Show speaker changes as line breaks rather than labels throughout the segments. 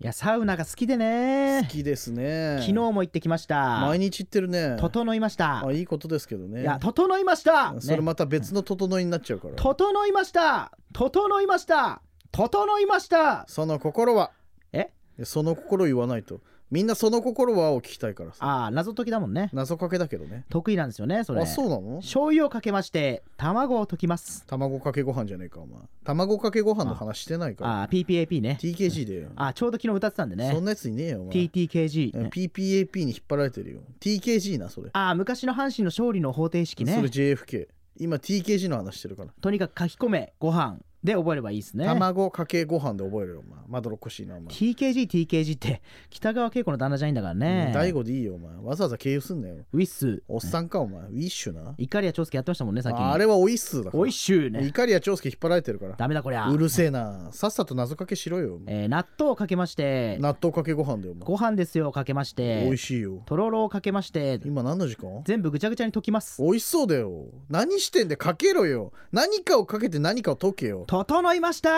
やサウナが好きでね
好きですね
昨日も行ってきました
毎日行ってるね
整いました
あいいことですけどね
いや整いました
それ
ね
また別の整いになっちゃうから、
整いました整いました整いました
その心は
え
その心言わないとみんなその心はを聞きたいからさ
ああ謎解きだもんね
謎かけだけどね
得意なんですよねそれ
あそうなの
醤油をかけまして卵を溶きます
卵かけご飯じゃねえかお前卵かけご飯の話してないから
ああ PPAP ね
TKG でよ
ああちょうど昨日歌ってたんで
そ
ね
んなやついねえよお前
TTKG ね
PPAP に引っ張られてるよ TKG なそれ
ああ昔の阪神の勝利の方程式
そ
ね
れ JFK 今 TKG の話してるから
とにかく書き込めご飯で覚えればいいですね
卵かけご飯で覚えるよお前まどろっこしいなお前
TKG TKG って北川景子の旦那じゃないんだから
うん
ね
大悟でいいよお前わざわざ経由すんなよ
ウィッス
おっさんかお前ウィッシュな
イカリア長介やってましたもんねさっき
ああれはおいっすーだから
おいしゅうね
怒りや長介引っ張られてるから
ダメだこりゃ
うるせえなさっさと謎かけしろよ
えー納豆をかけまして
納豆かけご飯だよお
ご飯ですよをかけまし
前美
て
味しいよ
とろろをかけまして
今何の時間
全部ぐちゃぐちゃに溶きます
美味しそうだよ何してんでかけろよ何かをかけて何かを溶けよこ
整いました
こ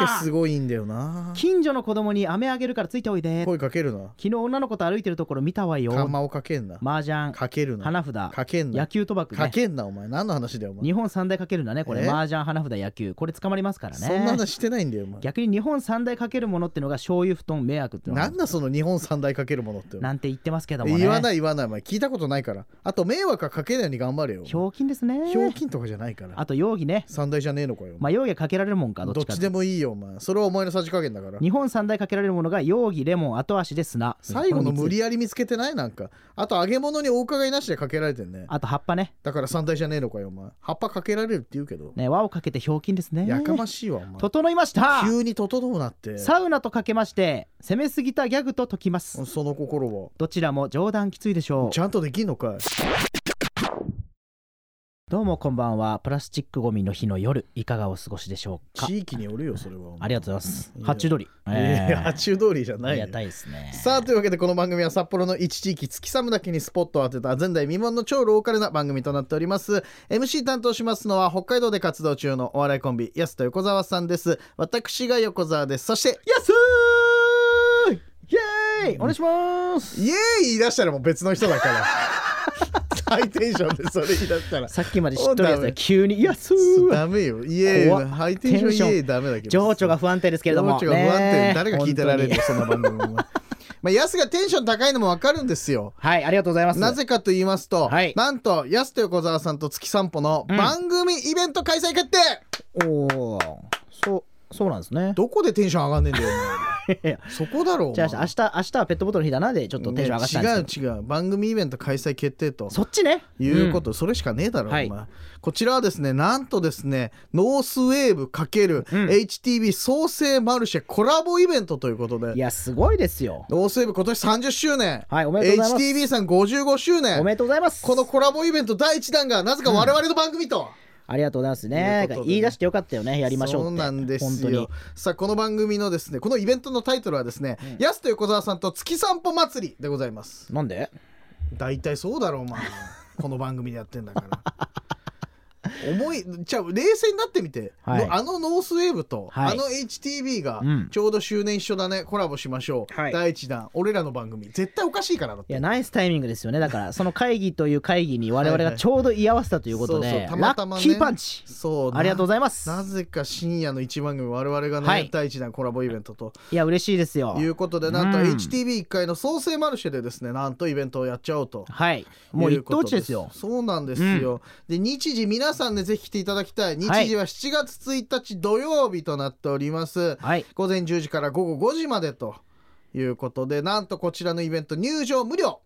だけす
ご
ごいんだよな
近所の子供に飴あげるからついておいで
声かけるな
昨日女の子と歩いてるところ見たわ
カ
よ
マをかけんな
麻雀
かけるな
花札
かけん
野
な
球賭博
か
ね
けんなお前何の話だよお前
日本三大かけるんだねこれ
え
麻雀花札野球これ捕まりますからね
そんな話してないんだよお前
逆に日本三大かけるものってのが醤油布団迷惑ってのが
なんだその日本三大かけるものって
なんて言ってますけどもね
言わないい言わないお前聞いたことないからあと迷惑はかけないように頑張れよ
ひょうきんですね
ひょうきんとかじゃないから
あと容疑ね
三大じゃねえのかよお前
まあ容疑はかけられるもんかどっ
どっ
ちか
ちでもいいよお前それはお前のさじ加減だから
日本三大かけられるものが容疑レモン後足で砂
最後の
こ
無
三つ
理やり見つけてないなんかあと揚げ物にお伺いなしでかけられてんね
あと葉っぱね
だから三大じゃねえのかよお前葉っぱかけられるって言うけど、
ね輪をかけてひょうきんですね
やかましいわお前
整いました
急に整うなって
サウナとかけまして攻めすぎたギャグと解きます
その心は
どちらも冗談きついでしょ
ちゃんとできんのかいう
どうもこんばんはプラスチックごみの日の夜いかがお過ごしでしょうか
地域によるよそれはお前
ありがとうございます
いや
八鳥
いや八中通りじゃ
あ
ない
り
よ
がたいですね
さあというわけでこの番組は札幌の一地域月寒だけにスポットを当てた前代未聞の超ローカルな番組となっております MC 担当しますのは北海道で活動中のお笑いコンビ安田横澤さんです私が横澤ですそして
安いイエーイお願いします
イエーイ言い出したらもう別の人だから ハイテンションでそれ言い出したら
さっきまでしっとりやつ
おダメ
が急に安い
ダメよイエー
怖
イ
っ
ハイテンションイエーイダメだけど
情緒が不安定ですけれども
情緒が不安
ね
定
え
誰が聞いてられる
本
よそんな番組お前まあ安がテンション高いのもわかるんですよ
当にはいありがとうございます
なぜかと言いますと、
はい
なんと、安と横澤さんと月散歩の
うん
番組イベント開催決定、
おおそうそうなんですね
どこでテンション上がんねえんだ よ、お
い
前
や
そこだろ、
じゃあ明日明日はペットボトルの日だなでちょっとテンション上がったんですけど、
ね違う違う、番組イベント開催決定と。
そっちね
いうこと、それしかねえだろ、
はい
お前こちらはですねなんとですねノースウェーブ ×HTB 創生マルシェコラボイベントということで、
いやすごいですよ
ノースウェーブ今年30周年、
はいおめでとうございます
HTB さん55周
お
年
めでとうございます
このコラボイベント第1弾がなぜか我々の番組と。
ありがとうございますね
ということでね
言い出してよかったよねやりましょうって
そうなんです
本当に
よさあこの番組のですねこのイベントのタイトルはですね、やす安と横澤さんと月散歩祭りでございます
なんで
大体そうだろ うお前この番組でやってんだから思いじゃあ冷静になってみて、
はい
のあのノースウェーブと、
はい
あの HTB が
うん
ちょうど周年一緒だねコラボしましょう、
はい
第1弾俺らの番組絶対おかしいからだっ
い
て
やナイスタイミングですよねだ からその会議という会議に我々がちょうど居合わせたということで、
そうそうたまたまね
ラッキーパンチ
そう
ありがとうご
ざ
ざ
い
います
なぜか深夜の一番組我々がね、
はい
第1弾コラボイベントと
いや嬉しいですよ
いうことでなんと
うん
HTB1 階の創生マルシェでですねなんとイベントをやっちゃおうと。
はいもう
い
一
こ
等
と
地ですよ
そうなんですよ。で日時皆さんねぜひ来ていただきたい。日時は7月1日土曜日となっております。
はい
午前10時から午後5時までということでなんとこちらのイベント入場無料。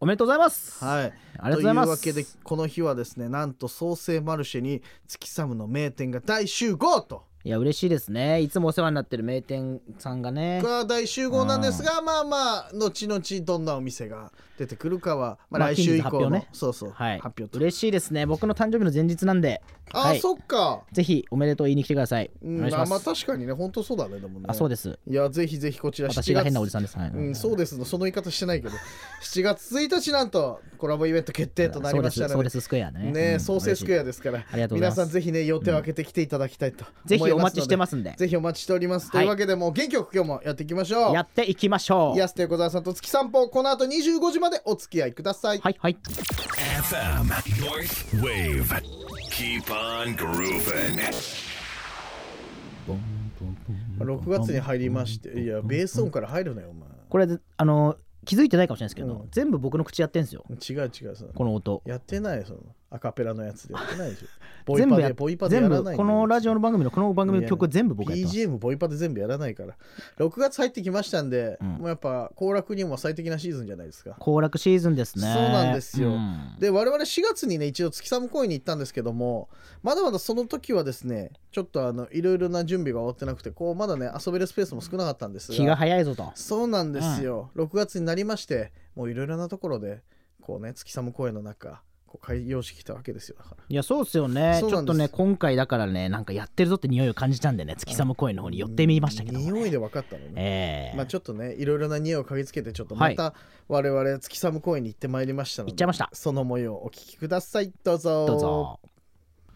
おめでとうございます、あ
はい。
りがとうございます
というわけでこの日はですねなんと創生マルシェに月サムの名店が大集合と。
いや嬉しいですねいつもお世話になってる名店さんがね
が大集合なんですが、まあまあ後々どんなお店が出てくるかは、まあ、
まあ
来週
近日
以降の、
発表ね
そうそう、
はい
発表と
嬉しいですね僕の誕生日の前日なんで
あ、
はい
そっか、
ぜひおめでとう言いに来てください、
うん
お願いし
あ
ま
まあ
す
確かにね本当そうだねでもね
あそうです
いやぜひぜひこちら7月
私が変なおじさんですはい、
うん、そうですのその言い方してないけど 7月1日なんとコラボイベント決定となりました
そ
の
うで
で
すそうですスクエアね
ね
うん
創生スクエア
嬉し
ですから
ありがとうござい
皆
ます
さんぜひね予定を空けてきていただきたいと
ぜひ
思い
お待ちしてますんで
ぜひお待ちしております。と
はい
いうわけで、もう元気よく今日もやっていきましょう。
やっていきましょう
安手小沢さんと月散歩、この後25時までお付き合いください。
はいはい
FM North Wave. Keep on grooving.
6月に入りまして、いや、ベース音から入るなよ、お前。
これあの気づいてないかもしれないですけど、
うん
全部僕の口やってんですよ
違う違う、その
この音
やってないよ、そのアカペラのやつでやってないで しょ。ボイ
全
パ
部や
で、ボイパでや
全
ら
部
ない
このラジオの番組のこの番組の曲全部僕やってます
BGM ボイパで全部やらないから6月入ってきましたんで、
うん
もうやっぱ行楽にも最適なシーズンじゃないですか
行楽シーズンですね
そうなんですよ
ん
で我々4月にね一度月寒公園に行ったんですけどもまだまだその時はですねちょっとあのいろいろな準備が終わってなくてこうまだね遊べるスペースも少なかったんです
気が早いぞと
そうなんですよ、6月になりましてもういろいろなところでこうね月寒公園の中こう開業してきたわけですよだから
いやそうっすよね
そう
ち
な
ょ
ん
っ
です
とね今回だからねなんかやってるぞって匂いを感じたんでね月様公園の方に寄ってみましたけどもね
匂いで分かったのね
ええ
まあちょっとねいろいろな匂いを嗅ぎつけてちょっと
は
ま
い
た我々月寒公園に行ってまいりましたので
行っちゃいました
その模様をお聞きくださいどうぞ
どうぞ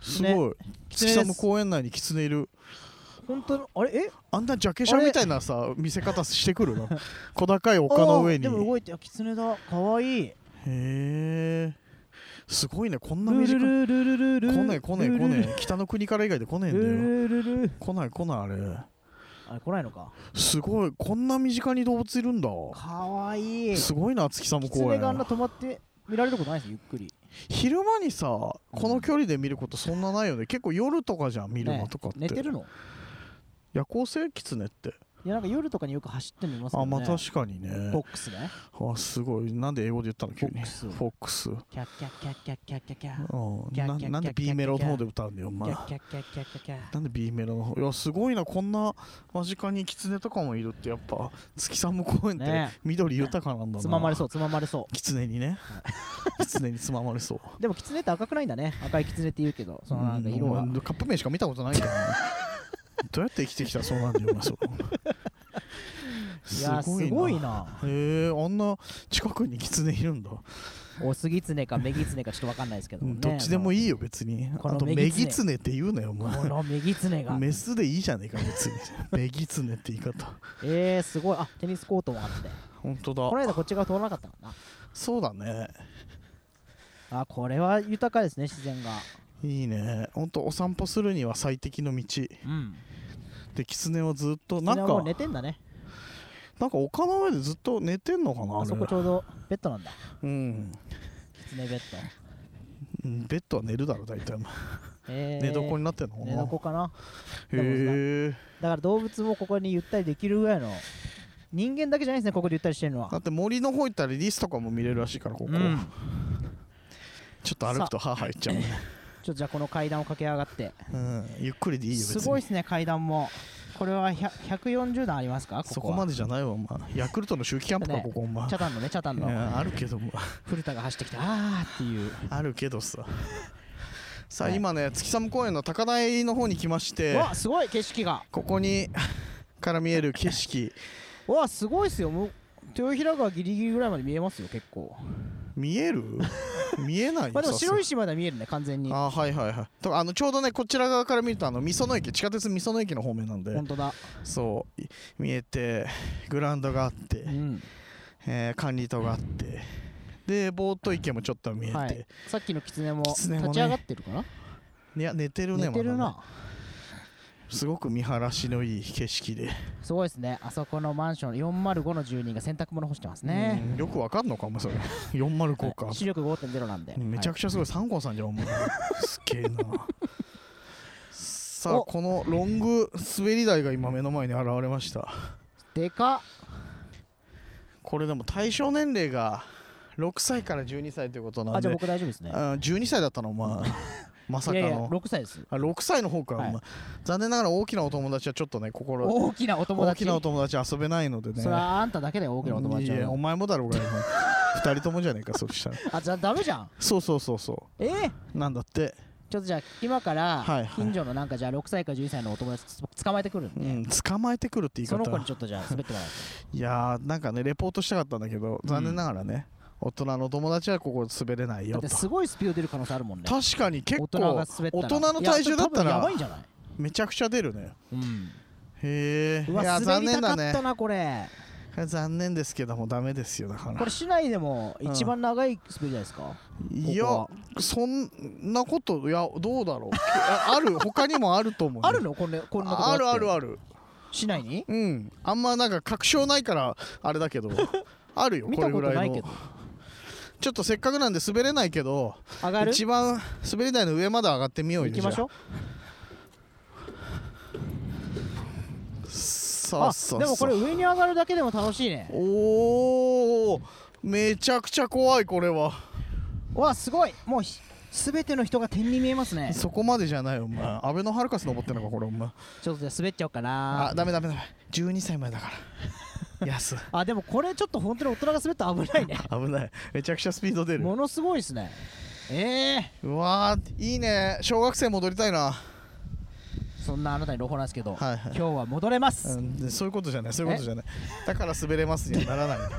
すごい。月寒公園内にキツネいる。
本当のあれえ
あんなジャケ写
あれ
みたいなさ見せ方してくるな。 小高い丘の上に。
でも
へ
動いてあ狐だかわいい
え。すごいねこんな
ル
短い。
ルルルルルル
来ない来ない来ない。北の国から以外で来ねえ
ルル
んだよ。
ルルルル
来ない来ないあれ。
あれ来ないのか
すごいこんな身近に動物いるんだ。
かわいい
すごいな月寒公
狐があんな
園。
止まって見られることないですよゆっくり
昼間にさこの距離で見ることそんなないよね。結構夜とかじゃん見るのとかって。
ね寝てるの
夜行性キツネって。
いやなんか夜とかによく走ってるのいますよ
あ
ね
まあ確かにね。
ボックスね
あすごいなんで英語で言ったの急
フ
に
ォックス
フォックス
キャッキャッキャッキャッキャッキャッキャッ
う
ギ
ん
ャ
な
ギャ
なんで
ギャ
B メロの方で歌うんだよお
キ
前
ャッキャッキャッキャッキャッキャッ
なんで B メロの方いやすごいなこんな間近にキツネとかもいるってやっぱ月寒公園って
ね
緑豊かなんだな
つままれそうつままれそう
キツネにねキツネにつままれそう
でも狐って赤くないんだね赤い狐って言うけどそのなんか色は
うんカップ麺しか見たことないからねどうやって生きてきたらそうなんだよお前そう
いやすごい
な
な
へえあんな近くにキツネいるんだ
おすぎつねかめぎつねかちょっとわかんないですけど
う
ね
んどっちでもいいよ別に
こ
あ
の
と
メ
メ
ギ
ギ
ツ
ツネって言うなよお前
このめぎつねが
メスでいいじゃねえか別にメギツネって言い方
えー、すごいあテニスコートもあって
本当
この
だ
間こっち側通らなかったのか
そうだね
なあこれは豊かですね自然が
いいね本当お散歩するには最適の道
うん
でキツネはずっとな
なんん
か
もう寝てんだね
なんか丘の上でずっと寝てんのかな
あ
あれ
そこちょうどベッドなんだ
うん、
キツネベッド
うんベッドは寝るだろ大体、お前
えー、
寝床になってんのか
寝
な
床かな
へえ
だから動物もここにゆったりできるぐらいの人間だけじゃないですねここでゆったりしてるのは
だって森の方行ったらリスとかも見れるらしいからここ、
うん
ちょっと歩くと歯入っちゃうね、
ちょっとじゃあこの階段を駆け上がって
うん、ゆっくりでいいよ別
す
に
ごいですね階段もこれは100 140段ありますかこ
そ
こは
こまでじゃないわお前ヤクルトの周期キャンプか
ね
ここお前
チャタンのねチャタン
いや
の
あるけども
古田が走ってきてあーっていう
あるけどさ さあ、
はい
今ね月寒公園の高台の方に来まして
わすごい景色が
ここに から見える景色
わすごいっすよもう豊平川ギリギリぐらいまで見えますよ結構
見える見えないよ
まあでも
さす
白石までは見えるね完全に
あはいはいはいとあのちょうどねこちら側から見るとあのみその駅地下鉄みその駅の方面なんで
本当だ
そうい見えてグラウンドがあって、
うん
えー管理棟があってでボート池もちょっと見えて、
はいい、さっきの狐も立
狐もね
ち上がってるかな、
や寝てるね
寝てる
ま
な、
だねすごく見晴らしのいい景色で、
すごいですねあそこのマンション405の住人が洗濯物干してますね、
うんよくわかんのか もそれ405か、
はい視力5.0なんで、
めちゃ
ち
くちゃすごい、サンコンさんじゃんお前 すげえなさあ
お
このロング滑り台が今目の前に現れました
ゃでかっ
これでも対象年齢が6歳から12歳ということな
あ
ん
じ
で
ゃあ僕大丈夫ですね
あ12歳だったのまあ まさ
い
か
やいや
の
6歳です
あ6歳の方か、
はい
お前残念ながら大きなお友達はちょっとね心
大きなお友
大
達
きなお友達遊べないのでね
それはあんただけだよ大きなお友達
いや
は
お前もだろうが今二人ともじゃねえかそうしたら
あじゃあダメじゃん
そうそうそうそ
えー
うなんだって
ちょっとじゃあ今か
はい
ら
はい
近所のなんかじゃあ6歳か11歳のお友達つ捕まえてくるんで、
うん捕まえてくるって言い
そ
方
の子にちょっとじゃあ滑ってもらう
いやーなんかねレポートしたかったんだけど残念ながらね、大人の友達はここ滑れない
だ
よ
って
と
すごいスピード出る可能性あるもんね
確かに結
大
構
人が滑ったら
大人の体重だった
いや多分や
ら
ばいんじゃない
めちゃくちゃ出るね
うん
へえ
う
い
わ
や
滑
残
りた
念
か
だ
った
ね
なこれ
残念ですけどもダメですよだから
これ市内でも
うん
一番長い滑りじゃないですか、
いや
こ
そんなこといやどうだろうあ ある他にもあると思うよ
あるのこんなこんなこと
ああるある
る
ある
市内に
うんあんまなんか確証ないからあれだけどあるよ
見
こ
た
れ
こ
ぐ
と
ら
ないい
の
けど
ちょっとせっかくなんで滑れないけど
上がる
一番滑り台の上まで上がってみようよ
行きましょう
うそう
あ
そうそう
でもこれ上に上がるだけでも楽しいね
おおめちゃくちゃ怖いこれは
うわすごいもうひ全ての人が点に見えます ね
そこまでじゃないよお前アベノハルカス登ってんのかこれお前
ちょっとじゃあ滑っちゃおうかな
あダメダメダメ12歳前だから 安
あでもこれちょっと本当に大人が滑ったら危 ないね
危ないめちゃくちゃスピード出る
ものすごいですねえ
うわーいいね小学生戻りたいな、
ー、そんなあなたに朗報なんですけど、
はいはい
今日は戻れます、
うんでそういうことじゃないそういうこ とじゃないだから滑れますにはならない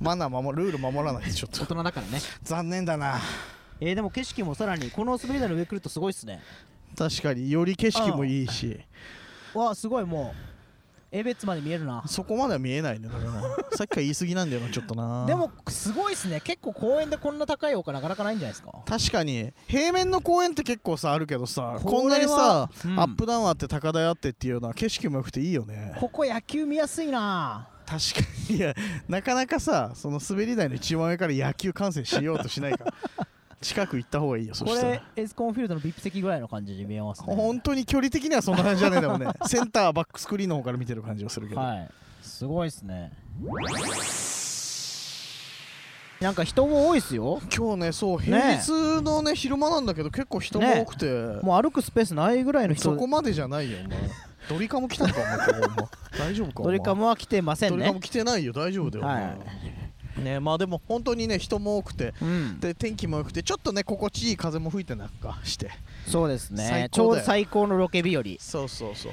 マナー守ルール守らないとちょっ
大
と
人だからね
残念だな
えー、でも景色もさらにこの滑り台の上来るとすごいっすね
確かにより景色もいいし
わあすごいもうエベッツまで見えるな
そこまでは見えないねだ からなさっきから言い過ぎなんだよなちょっとな
でもすごいっすね結構公園でこんな高い丘なかなかないんじゃないですか
確かに平面の公園って結構さあるけどさ
これは
こんなにさ、
うん
アップダウンあって高台あってっていうような景色も良くていいよね
ここ野球見やすいな
確かにいやなかなかさその滑り台の一番上から野球観戦しようとしないから 近く行った方がいいよそ
こ
したら
れエスコンフィールドのビップ席ぐらいの感じに見えますね
本当に距離的にはそんな感じじゃねえで もねセンターバックスクリーンの方から見てる感じはするけど、
はいすごいっすねなんか人も多いっすよ
今日ねそう平
ねえ
日のね昼間なんだけど結構人が多くて、
もう歩くスペースないぐらいの人
そこまでじゃないよお前ドリカム来たのかお前ここ お前大丈夫か
ド
お前
リカムは来てません
ドリ
ね
カム来てないよ大丈夫だよ、お前
は
ねまあでも本当にね人も多くて
うん、
で天気も良くてちょっとね心地いい風も吹いてなんかして
そうですね
最
ちょ
高だよ
うど最高のロケ日和
そうそうそう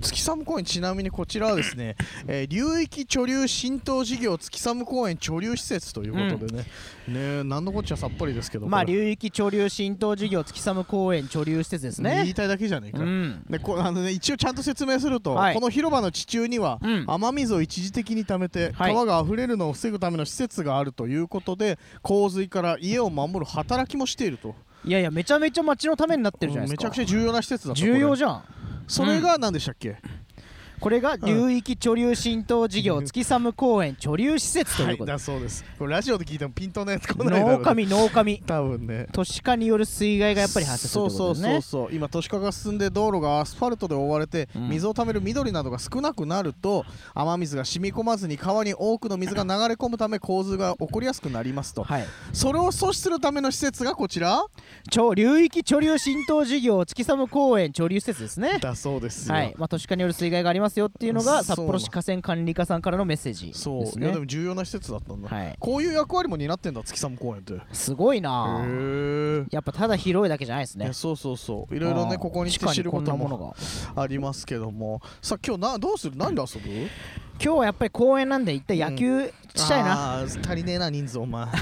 月寒公園ちなみにこちらはで すね、えー流域貯留浸透事業月寒公園貯留施設ということでね、ねえ何のこっちゃさっぱりですけど
まあ
これ
流域貯留浸透事業月寒公園貯留施設です
言い
ね
たいだけじゃねえか、
うん
でこあのね、一応ちゃんと説明すると、
はい
この広場の地中には、
うん
雨水を一時的に溜めて、
はい
川が溢れるのを防ぐための施設があるということで洪水から家を守る働きもしていると
いやいやめちゃめちゃ町のためになってるじゃないです
めち
か
ゃくちゃ重要な施設だと
重要
ゃ
じゃん
それが何でしたっけ、
これが流域貯留浸透事業月寒公園貯留施設と
は
いう
い
ことで
だそうですこれラジオで聞いてもピントのやつ来ないだろうね
農民農民
多分ね
都市化による水害がやっぱり発生するってことですね
そうそうそうそう今都市化が進んで道路がアスファルトで覆われて、
うん
水をためる緑などが少なくなると雨水が染み込まずに川に多くの水が流れ込むため洪水が起こりやすくなりますと、
はい
それを阻止するための施設がこちら
超流域貯留浸透事業月寒公園貯留施設ですね
だそうですよ
はいまあ、都市化による水害がありますよっていうのが
そう
札幌市河川管理課さんからのメッセージです
そう
ね
いやでも重要な施設だったんだ、
はい
こういう役割も担ってんだ月寒公園ってへ
すごいなあ
え
やっぱただ広いだけじゃないですね
そうそうそういろいろね
ああ
ここに来
地
て
下
知るこ
んな
と
もの
も
が
ありますけどもさあ今日などうする何で遊ぶ
今日はやっぱり公園なんで一体野球したいな、
あー足りねえな人数 お前今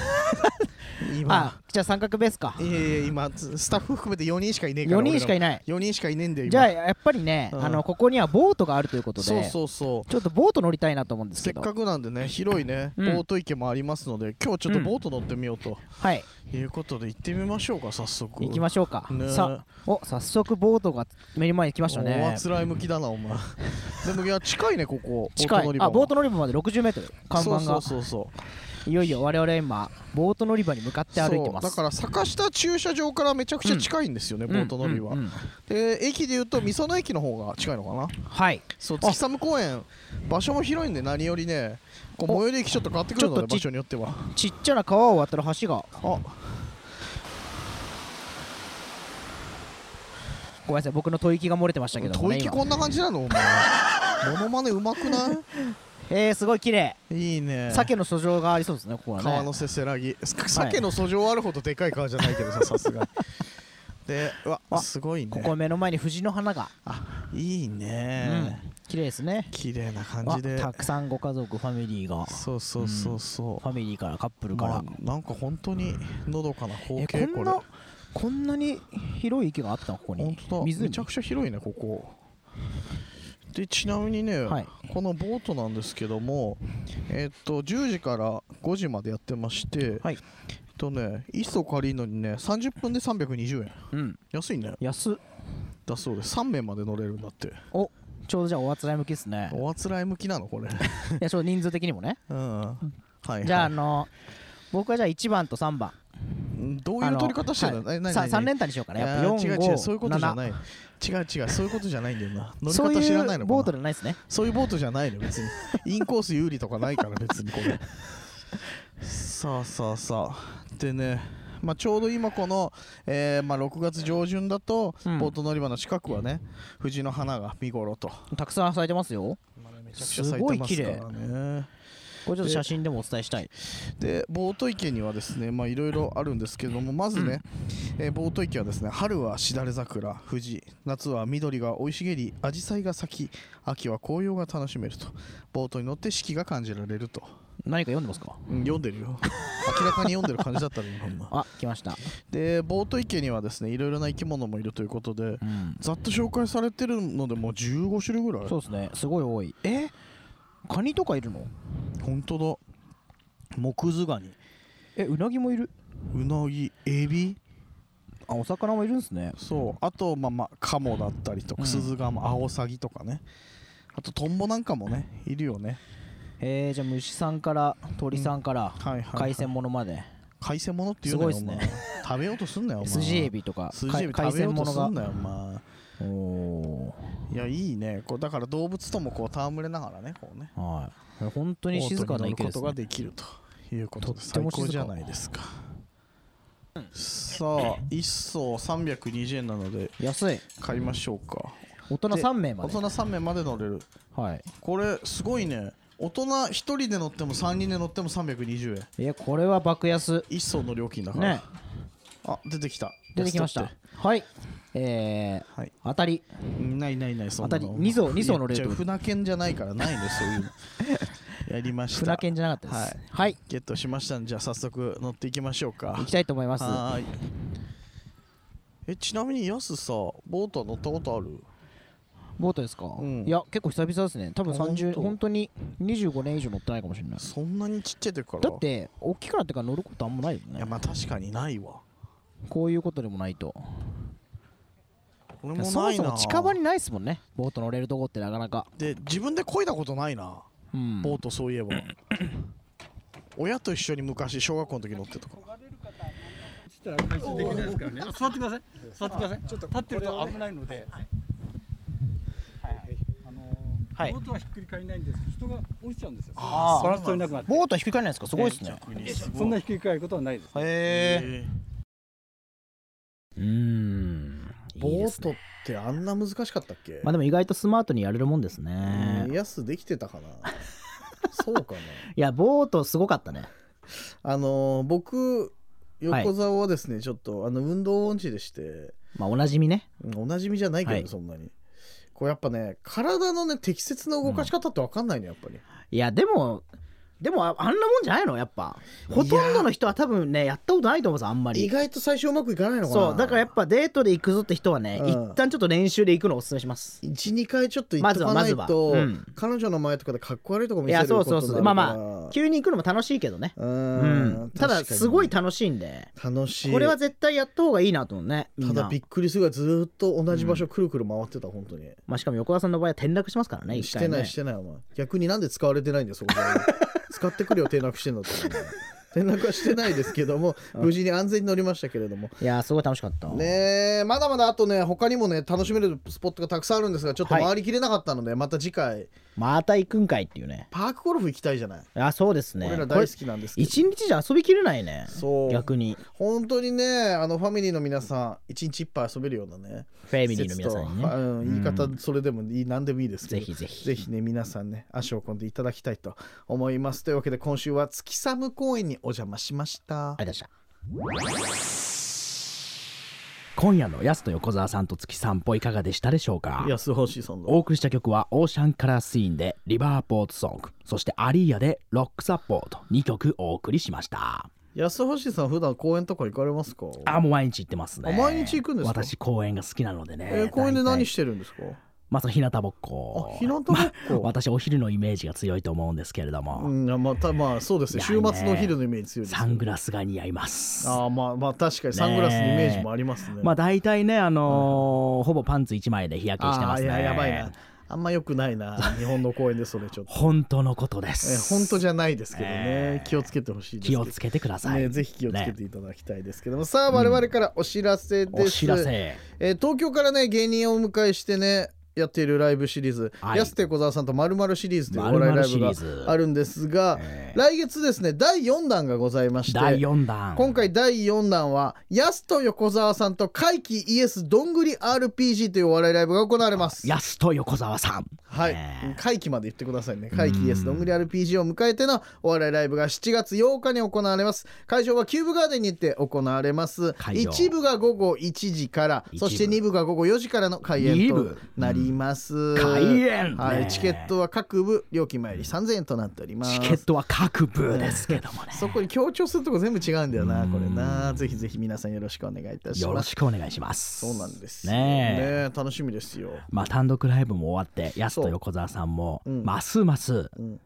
あじゃあ三角ベースか
いやいや今つスタッフ含めて4人しかいねえから
4人しかいない
4人しかいねえんだよ今
じゃあやっぱりね、
うん
あのここにはボートがあるということで
そうそうそう
ちょっとボート乗りたいなと思うんです
せ
けど
っかくなんでね広いね、
うん
ボート池もありますので今日ちょっと
うん
ボート乗ってみようと
はい
いうことで行ってみましょうか早速
行きましょうか、
ね
さお早速ボートが目の前に来ました
おお
ね
あつらい向きだ なお前でもいや近いねここ
近いあボート
の
乗り場まで6 0ル看板が
そうそうそうそう
いよいよ我々は今ボート乗り場に向かって歩いてます
そうだから坂下駐車場からめちゃくちゃ近いんですよね、ボート乗りは、
うんうんうん
で駅でいうとみその駅の方が近いのかな
はい
そう月寒公園場所も広いんで何よりねこう
お
最寄り駅ちょっと変わってくるの
ちょっ
で
と
場
ち
所によっては
ちっちゃな川を渡る橋が
あ
ごめんなさい僕の吐息が漏れてましたけども
吐
ね
息
今
こんな感じなのお前 モノマネうまくな
えー、すごい綺麗
いいいね
鮭の訴状がありそうですねここはね
川のせせらぎす鮭の訴状あるほどでかい川じゃないけどさ さすがにでうわ
あ
すごいね
ここ目の前に藤の花が、
あいい
うん
ね、
綺麗ですね
綺麗な感
あ
じで
たくさんご家族ファミリーがフ
そうそうそうそう、
ァミリーからカップルか
ま
ら、
あなんか本当にのどかな光
え
景
こんなこんなに広い池があったのここ
本
に
当だめ
湖
ちゃくちゃ広いねここでちなみにね、
はい
このボートなんですけどもえっと10時から5時までやってまして、
はい
えっとね一層借りるのにね30分で320円
うん
安いね
安
だそうです3名まで乗れるんだって
おちょうどじゃあおあつらい向きですね
おあつらい向きなのこ れ
いやちょっと人数的にもね
うんはい、はい、
じゃああの僕はじゃあ1番と3番
どういう取り方してんだ、
あ
え
の
何
さ
何
3連単にしようから
い
や
や
っぱ
違う違うそういうことじゃ
457
ない違う違うそういうことじゃないんだよな乗り
そう
方知らないいうの
ボート
かな
じゃないですね
そういうボートじゃないの別にインコース有利とかないから別にこれさあさあさあでねまあ、ちょうど今この、えーまあ、6月上旬だと、
うん
ボート乗り場の近くはね藤の花が見頃と
たくさん咲いてますよ
めちゃくちゃ
す
咲い
ご
て
い
ま
綺
すか
麗
らね
これちょっと写真でもお伝えしたい
でボート池にはですねまあいろいろあるんですけどもまずね、えーボート池はですね春はしだれ桜富士夏は緑が生い茂り紫陽花が咲き秋は紅葉が楽しめるとボートに乗って四季が感じられると、
何か読んでますか
うん読んでるよ 明らかに読んでる感じだったら今今
あ来ました
でボート池にはですねいろいろな生き物もいるということで
うん
ざっと紹介されてるのでもう15種類ぐらい
そうですねすごい多いえカニとかいるの
本当だ木ズガニ
えうなぎもいる
うなぎエビ
あお魚もいるんですね
そうあとまあまあカモだったりと
うん
か鈴ガモアオサギとかねあとトンボなんかもねいるよね
えー、じゃあ虫さんから鳥さんから、
はいはいはい
海鮮ものまで、
海鮮物って言うなよ
すごいっすね
お前食べようとすんなよお前
筋エビとか
スジエビ
か
食べようと
物
す
が
んなよお前
お
いやいいねこうだから動物ともこう戯れながらねこうね
ーはい本当に静かな池
ボ
です、
ートに乗ることが
ね、
できるということで
とって
最
も静か
高じゃないですかさあ1層320円なので
安い
買いましょうか
大人
で
3名ま
大
で
人3名まで乗れる
はい
これすごいね大人1人で乗っても3人で乗っても320円
いやこれは爆安
一層の料金だから、
ね
あ出てきた
出てきました
やつ取
はいえー
はい
当たり
ってないないないそんなの
当たり二層二層のレート
いや違う船券じゃないからないねそういうのやりました
船券じゃなかったですはい、
ゲットしましたんでじゃあ早速乗っていきましょうか
行きたいと思います
はーいえちなみにヤスさボートは乗ったことある
ボートですか、
ん
いや結構久々ですね多分
ほ
30
んと
本当に25年以上乗ってないかもしれない
そんなにちっちゃい時か
だ
ら
って大きくなってから乗ることあんまないよ
い
ね
やまあ確かにないわ
こういうことでもないと
俺もないな
そもそも近場にないですもんねボート乗れるとこってなかなか
で自分で漕いだことないな
うん
ボートそういえ ば親と一緒に昔小学校の時乗ってたから
できないですからね。座ってください。座ってください。ちょっと立ってると危ないので。はい。あの
はい
ー、ボートはひっくり返らないんですけど。人が落ちちゃうんですよ。
あー
バランス取れなくなって。
ボートはひっくり返らないですかすごいですね
そんなひっくり返ることはないです。
へえ
え
うーんいい
ボ
で
ー
す
ト
ね
ってあんな難しかったっけ
まあでも意外とスマートにやれるもんですね
やすできてたかな そうかない
やボートすごかったね
あのー僕
はい
横澤はですね、ちょっとあの運動音痴でして
まあおなじみね
うんおなじみじゃないけどね、
はい
そんなにこうやっぱね体のね適切な動かし方って分かんないねやっぱり、
いやでもでもああんなもんじゃないのやっぱほとんどの人は多分ねやったことないと思うんですよあんま
意
り
外と最初うまくいかないのかな
そうだからやっぱデートで行くぞって人はね、
うん
一旦ちょっと練習で行くのをおすすめします
12回ちょっと行
ま
っ
ず
と
は
か
ま
な
ず
い
は
と、
うん
彼女の前とかでかっこ悪いとこ
い
見せ
や
るこ
そ
と
う
にな
そ
るか
うそ
ら
うまあまあ急に行くのも楽しいけどね
う
うん
確
た
か
だ
に
すごい楽しいんで
楽しい
これは絶対やった方がいいなと思うねみん
た
な
だびっくりするぐらいずーっと同じ場所くるくる回ってた本当に、
まあ、しかも横田さんの場合は転落しますからね一
し
回
て
ね
ないしてないお前逆になんで使われてないんだよ そこで使ってくれよ転落してんだったら転落はしてないですけども無事に安全に乗りましたけれども
いやーすごい楽しかった
ねえまだまだあとね他にもね楽しめるスポットがたくさんあるんですがちょっと
はい
回りきれなかったので、また次回
また行くんかいっていうね
パークゴルフ行きたいじゃない、
あそうですね
俺ら大好きなんです
これ
けど
一日じゃ遊びきれないね
そう
逆に
本当にねあのファミリーの皆さん一日いっぱい遊べるようなね
フェミニーの皆さんに
施設と
ね
うん、言い方それでもいい、何でもいいですけど
ぜひぜひ
ぜひね皆さんね足を運んでいただきたいと思いますというわけで今週は月寒公園にお邪魔しました
ありがとうございました今夜のヤスと横澤さんと月散歩いかがでしたでしょうか
安星さんの
お送りした曲はオーシャンカラースイーンでリバーポートソングそしてアリーヤでロックサポート2曲お送りしました
安橋さん普段公園とか行かれますか
あもう毎日行ってますね
あ毎日行くんですか
私公園が好きなのでね、
えー公園で
大体
何してるんですか
まあその日向ぼっこ
あ日向ぼっこ
まあ私お昼のイメージが強いと思うんですけれども、
うんあまたまあそうですね
いや
週
ね
末のお昼のイメージ強いです
サングラスが似合います
あーまあまあ確かにサングラスのイメージもありますね
まあ大体ねあのーほぼパンツ1枚で日焼けして
あ
ま
ー
す
い
ね
ややばいなあんま良くないな日本の公園でそれ ちょっと、
本当のことで
え
す、
本当じ
ゃ
ゃないですけどね、
えー
気をつけてほしいですけ
気
ど
をつけてください、
ね、ぜひ気をつけ
ね
ていただきたいですけども、さあ我々からお知らせです、
お知らせ
えー東京からね芸人をお迎えしてねやっているライブシリーズ「
はい
安手小沢さんとまるシリーズ」というお
まる
笑い
まる
ライブ
シリ
が
ーズ
あるんですが、
えー
来月ですね第4弾がございまして
第4弾
今回第4弾は安と横澤さんと怪奇イエスどんぐり RPG というお笑いライブが行われます。
やすと横澤さん
はい
ね、
会期まで言ってくださいね。会期イエスどんぐり RPG を迎えてのお笑いライブが7月8日に行われます。会場はキューブガーデンにて行われます。
会場
一部が午後1時から、
一部
そして2部が午後4時からの開演
二
と
部
なります。
開演
はい、
ね
チケットは各部料金前より3000円となっております。
チケットは各部ですけどもね
そこに強調するとこ全部違うんだよな、これな。ぜひぜひ皆さんよろしくお願いいたし
よろ
ます。
しくお願いします
そうなんですよ
ねえ
ね楽しみですよ。
まあ単独ライブも終わってやす
そ
と
う
横澤さんも
うん
ますます
うん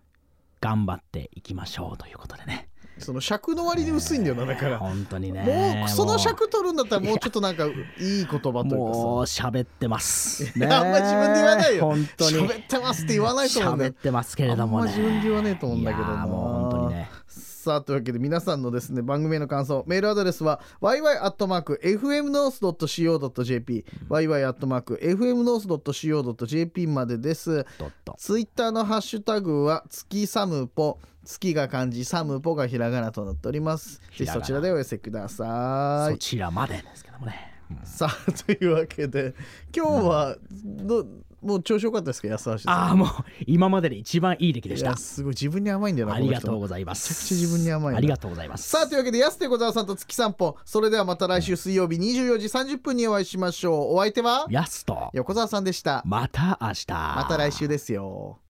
頑張っていきましょうということでね
その尺の割に薄いんだよな、だから。
本当にね
もうその尺取るんだったらもうちょっとなんかいい言葉というかさ
もう喋ってます、
いやあんま自分で言わないよ
本当に
喋ってますって言わないと思うんだ
喋っ
よ
てますけれどもね
あんま自分で言わねえと思うんだけどない
やあもう本当にね
さあというわけで皆さんのですね番組への感想メールアドレスは yy.fmnorth.co.jp yy.fmnorth.co.jp までです
ドット
ツイッターのハッシュタグは月サムポ月が漢字サムポがひらがなとなっておりますぜひそちらでお寄せくださ
そ
い
ちらまでですけどもね
さあというわけで今日はどもう調子良かったですか安橋さん
ああもう今までで一番いい出来でし
い
た
やすごい自分に甘いんだよな
ありがとうご
い
ざいます
めちゃくちゃ自分に甘いな
ありがとうございます
さあというわけで安手小沢さんと月散歩それではまた来週水曜日24時30分にお会いしましょうお相手は
やすと
横澤さんでした
また明日
また来週ですよ